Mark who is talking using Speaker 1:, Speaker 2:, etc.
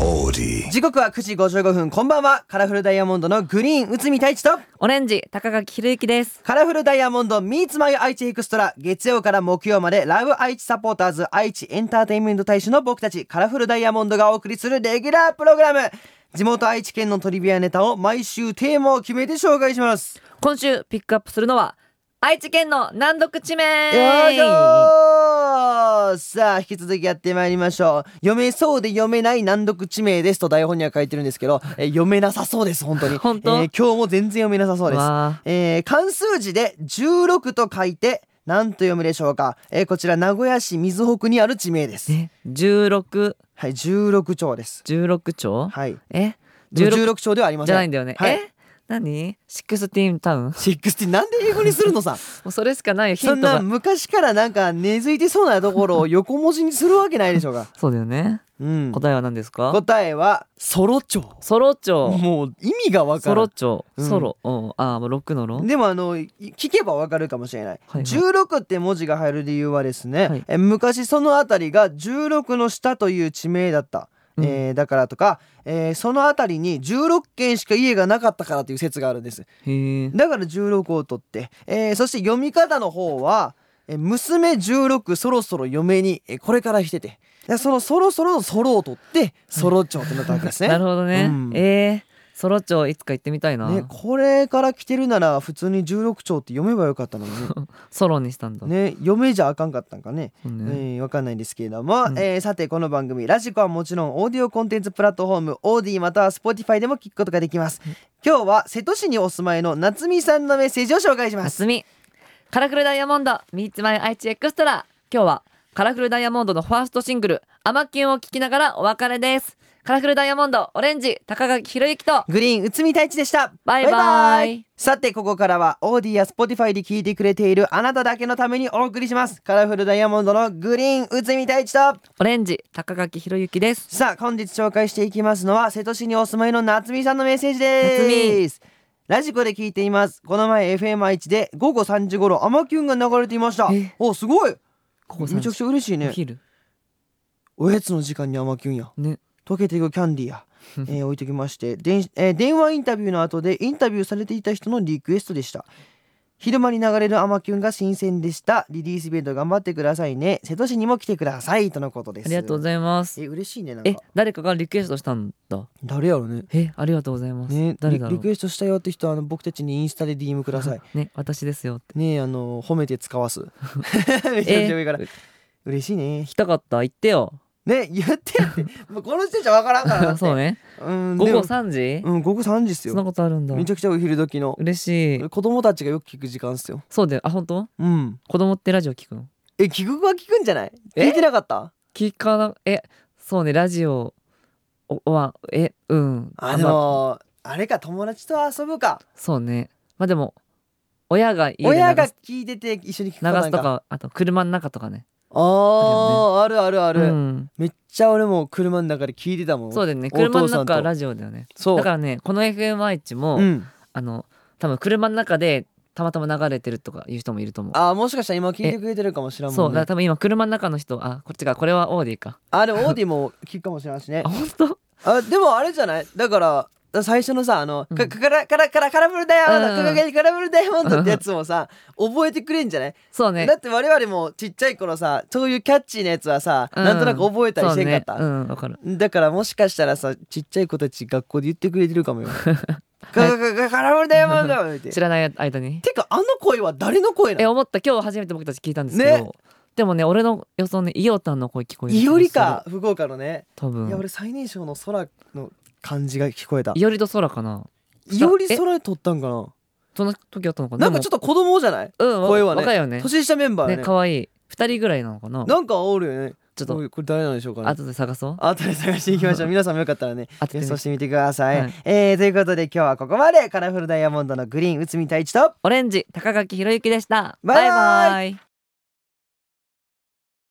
Speaker 1: オーディ
Speaker 2: 時刻は9時55分こんばんはカラフルダイヤモンドのグリーン内海太一と
Speaker 3: オレンジ高垣ひるゆきです。
Speaker 2: カラフルダイヤモンド Meets My 愛知エクストラ月曜から木曜までラブ愛知サポーターズ愛知エンターテインメント大使の僕たちカラフルダイヤモンドがお送りするレギュラープログラム地元愛知県のトリビアネタを毎週テーマを決めて紹介します
Speaker 3: 今週ピックアップするのは愛知県の難読地名。
Speaker 2: よいしょーさあ引き続きやってまいりましょう読めそうで読めない難読地名ですと台本には書いてるんですけど、えー読めなさそうです本当に
Speaker 3: 本当
Speaker 2: えー今日も全然読めなさそうです
Speaker 3: わあ
Speaker 2: えー漢数字で16と書いて何と読むでしょうか、えーこちら名古屋市水北にある地名です
Speaker 3: え、十六
Speaker 2: はい16町です
Speaker 3: 十六町？
Speaker 2: はい
Speaker 3: え、
Speaker 2: 16,
Speaker 3: 十六
Speaker 2: 町ではありません
Speaker 3: じゃないんだよね。
Speaker 2: はい、
Speaker 3: え、何？シックスティーンタウ ン？も
Speaker 2: 16なんで英語にするのさ
Speaker 3: うそれしかないよヒ
Speaker 2: そ
Speaker 3: ン
Speaker 2: ん
Speaker 3: ト
Speaker 2: な
Speaker 3: が。
Speaker 2: 昔からなんか根付いてそうなところを横文字にするわけないでしょうか
Speaker 3: そうだよね。
Speaker 2: うん
Speaker 3: 答えは何ですか？
Speaker 2: 答えはソロ町
Speaker 3: ソロ町。
Speaker 2: もう意味がわか
Speaker 3: ソ
Speaker 2: ら
Speaker 3: ロ
Speaker 2: ん
Speaker 3: 町。
Speaker 2: うん
Speaker 3: ソロ。うん。あー、もう六のろ。
Speaker 2: でもあのい聞けばわかるかもしれない、
Speaker 3: はいはい
Speaker 2: 16って文字が入る理由はですね、
Speaker 3: はい
Speaker 2: え昔その辺りが16の下という地名だった、
Speaker 3: うん
Speaker 2: えーだからとか、えーその辺りに16軒しか家がなかったからという説があるんです
Speaker 3: へえ。
Speaker 2: だから16を取って、えーそして読み方の方は「えー娘16そろそろ嫁に」えーこれからしててでその「そろそろ」の「そろ」を取って「そろ町」となったわけですね。
Speaker 3: なるほどね
Speaker 2: うん。
Speaker 3: えー、ソロ町いつか行ってみたいな。
Speaker 2: ね、これから来てるなら普通に16丁って読めばよかったのにね
Speaker 3: ソロにしたんだ。
Speaker 2: ね読めじゃあかんかったんかね。
Speaker 3: そう
Speaker 2: え
Speaker 3: ね
Speaker 2: ー、わかんないんですけれども、
Speaker 3: うん
Speaker 2: えーさてこの番組ラジコはもちろんオーディオコンテンツプラットフォームオーディまたは Spotify でも聞くことができます今日は瀬戸市にお住まいの夏美さんのメッセージを紹介しま
Speaker 3: ますすみカラフルダイヤモンド Meets My 愛知エクストラ今日はカラフルダイヤモンドのファーストシングル「アマキュン」を聴きながらお別れですカラフルダイヤモンドオレンジ高垣ひろゆきと
Speaker 2: グリーン内海太一でした
Speaker 3: バイバイ
Speaker 2: さてここからはオーディや Spotify で聞いてくれているあなただけのためにお送りしますカラフルダイヤモンドのグリーン内海太一と
Speaker 3: オレンジ高垣ひろゆきです
Speaker 2: さあ本日紹介していきますのは瀬戸市にお住まいの夏美さんのメッセージですラジコで聞いていますこの前 FM1 で午後3時頃アマキュンが流れていました
Speaker 3: え
Speaker 2: おすごい
Speaker 3: こ
Speaker 2: めちゃくちゃ嬉しい
Speaker 3: お
Speaker 2: ね
Speaker 3: 昼
Speaker 2: おやつの時間にアマキュンや
Speaker 3: ね
Speaker 2: 溶けていくキャンディーや、えー置いときましてでん、えー電話インタビューの後でインタビューされていた人のリクエストでした昼間に流れるアマキュンが新鮮でしたリリースイベント頑張ってくださいね瀬戸市にも来てくださいとのことです
Speaker 3: ありがとうご
Speaker 2: い
Speaker 3: ざいます
Speaker 2: え嬉しいねなん
Speaker 3: え
Speaker 2: か
Speaker 3: 誰かがリクエストしたんだ
Speaker 2: 誰やろね
Speaker 3: えありがとうございます、
Speaker 2: ね、
Speaker 3: 誰
Speaker 2: リ
Speaker 3: だろ
Speaker 2: リク
Speaker 3: う
Speaker 2: エストしたよって人はあの僕たちにインスタで DM くだ さい
Speaker 3: ね私ですよって
Speaker 2: ねえあの褒めて使 わす めちゃめちゃ上から、
Speaker 3: え
Speaker 2: 嬉しいね
Speaker 3: 来たかった行ってよ
Speaker 2: ね言ってやって もうこの人じゃわからんからだって
Speaker 3: そうね
Speaker 2: うん
Speaker 3: 午
Speaker 2: で
Speaker 3: 後
Speaker 2: も
Speaker 3: 3時、
Speaker 2: うん午後3時っす
Speaker 3: そんな
Speaker 2: よ
Speaker 3: ことあるんだ
Speaker 2: めちゃくちゃお昼時の
Speaker 3: 嬉しい
Speaker 2: 子供たちがよく聞く時間っすよ
Speaker 3: そうだよあ本当
Speaker 2: うん
Speaker 3: 子供ってラジオ聞くの
Speaker 2: え聞く子は聞くんじゃない
Speaker 3: え
Speaker 2: 聞いてなかった
Speaker 3: 聞かなえそうねラジオおはえうん
Speaker 2: あで
Speaker 3: ま
Speaker 2: もあれか友達と遊ぶか
Speaker 3: そうねまあでも親が家で流す
Speaker 2: 親が聞いてて一緒に聞くパター
Speaker 3: 流
Speaker 2: ン
Speaker 3: すとかあと車の中とかね
Speaker 2: あーあるあるある、
Speaker 3: うん、
Speaker 2: めっちゃ俺も車の中で聞いてたもん
Speaker 3: そうだよね
Speaker 2: お父さんと
Speaker 3: 車の中はラジオだよね
Speaker 2: そう
Speaker 3: だからねこの FMH も、
Speaker 2: うん
Speaker 3: あの多分車の中でたまたま流れてるとかいう人もいると思う
Speaker 2: あーもしかしたら今聞いてくれてるかもしれん
Speaker 3: そ
Speaker 2: も
Speaker 3: うんだから
Speaker 2: ね
Speaker 3: 多分今車の中の人あこっちがこれはオーディか
Speaker 2: あでもオーディも聞くかもしれんしね
Speaker 3: あ本当
Speaker 2: あでもあれじゃないだから最初のさあの「
Speaker 3: うん
Speaker 2: かからからからカラフルダイヤモンド」
Speaker 3: うん
Speaker 2: かかカラフルダイヤモンド」ってやつもさ覚えてくれんじゃない
Speaker 3: そうね
Speaker 2: だって我々もちっちゃい頃さそういうキャッチーなやつはさ
Speaker 3: うん
Speaker 2: なんとなく覚えたりしてんかった
Speaker 3: そうねうんわかる
Speaker 2: だからもしかしたらさちっちゃい子たち学校で言ってくれてる かもよ。かかかカラフルダイヤモンドって。
Speaker 3: 知
Speaker 2: て
Speaker 3: らない間に
Speaker 2: かあの声は誰の声な
Speaker 3: え
Speaker 2: の
Speaker 3: 思った今日初めて僕たち聞いたんですけど、
Speaker 2: ね
Speaker 3: でもね俺の予想ねイオタンの声聞こえる
Speaker 2: いおりか福岡のね。
Speaker 3: 多分
Speaker 2: いや俺最年少の空の感じが聞こえた。
Speaker 3: いおりと空かない
Speaker 2: おり
Speaker 3: え
Speaker 2: 空撮ったんかな
Speaker 3: その時あったのかな
Speaker 2: なんかちょっと子供じゃない
Speaker 3: と、うん、わ
Speaker 2: 声はね
Speaker 3: 若いよね
Speaker 2: 年下メンバー
Speaker 3: ね
Speaker 2: よね
Speaker 3: 可愛い二人ぐらいなのかな
Speaker 2: なんかおるよね
Speaker 3: ちょっ
Speaker 2: お
Speaker 3: と
Speaker 2: いこれ誰なんでしょうかね
Speaker 3: 後で探そう
Speaker 2: 後で探していきましょう皆さんもよかったらね
Speaker 3: 当て
Speaker 2: 予
Speaker 3: て
Speaker 2: 想
Speaker 3: み
Speaker 2: してみてください、
Speaker 3: はい
Speaker 2: えーということで今日はここまでカラフルダイヤモンドのグリーン内海太一と
Speaker 3: オレンジ高垣ひろゆきでした
Speaker 2: バイバイ
Speaker 3: バイバイ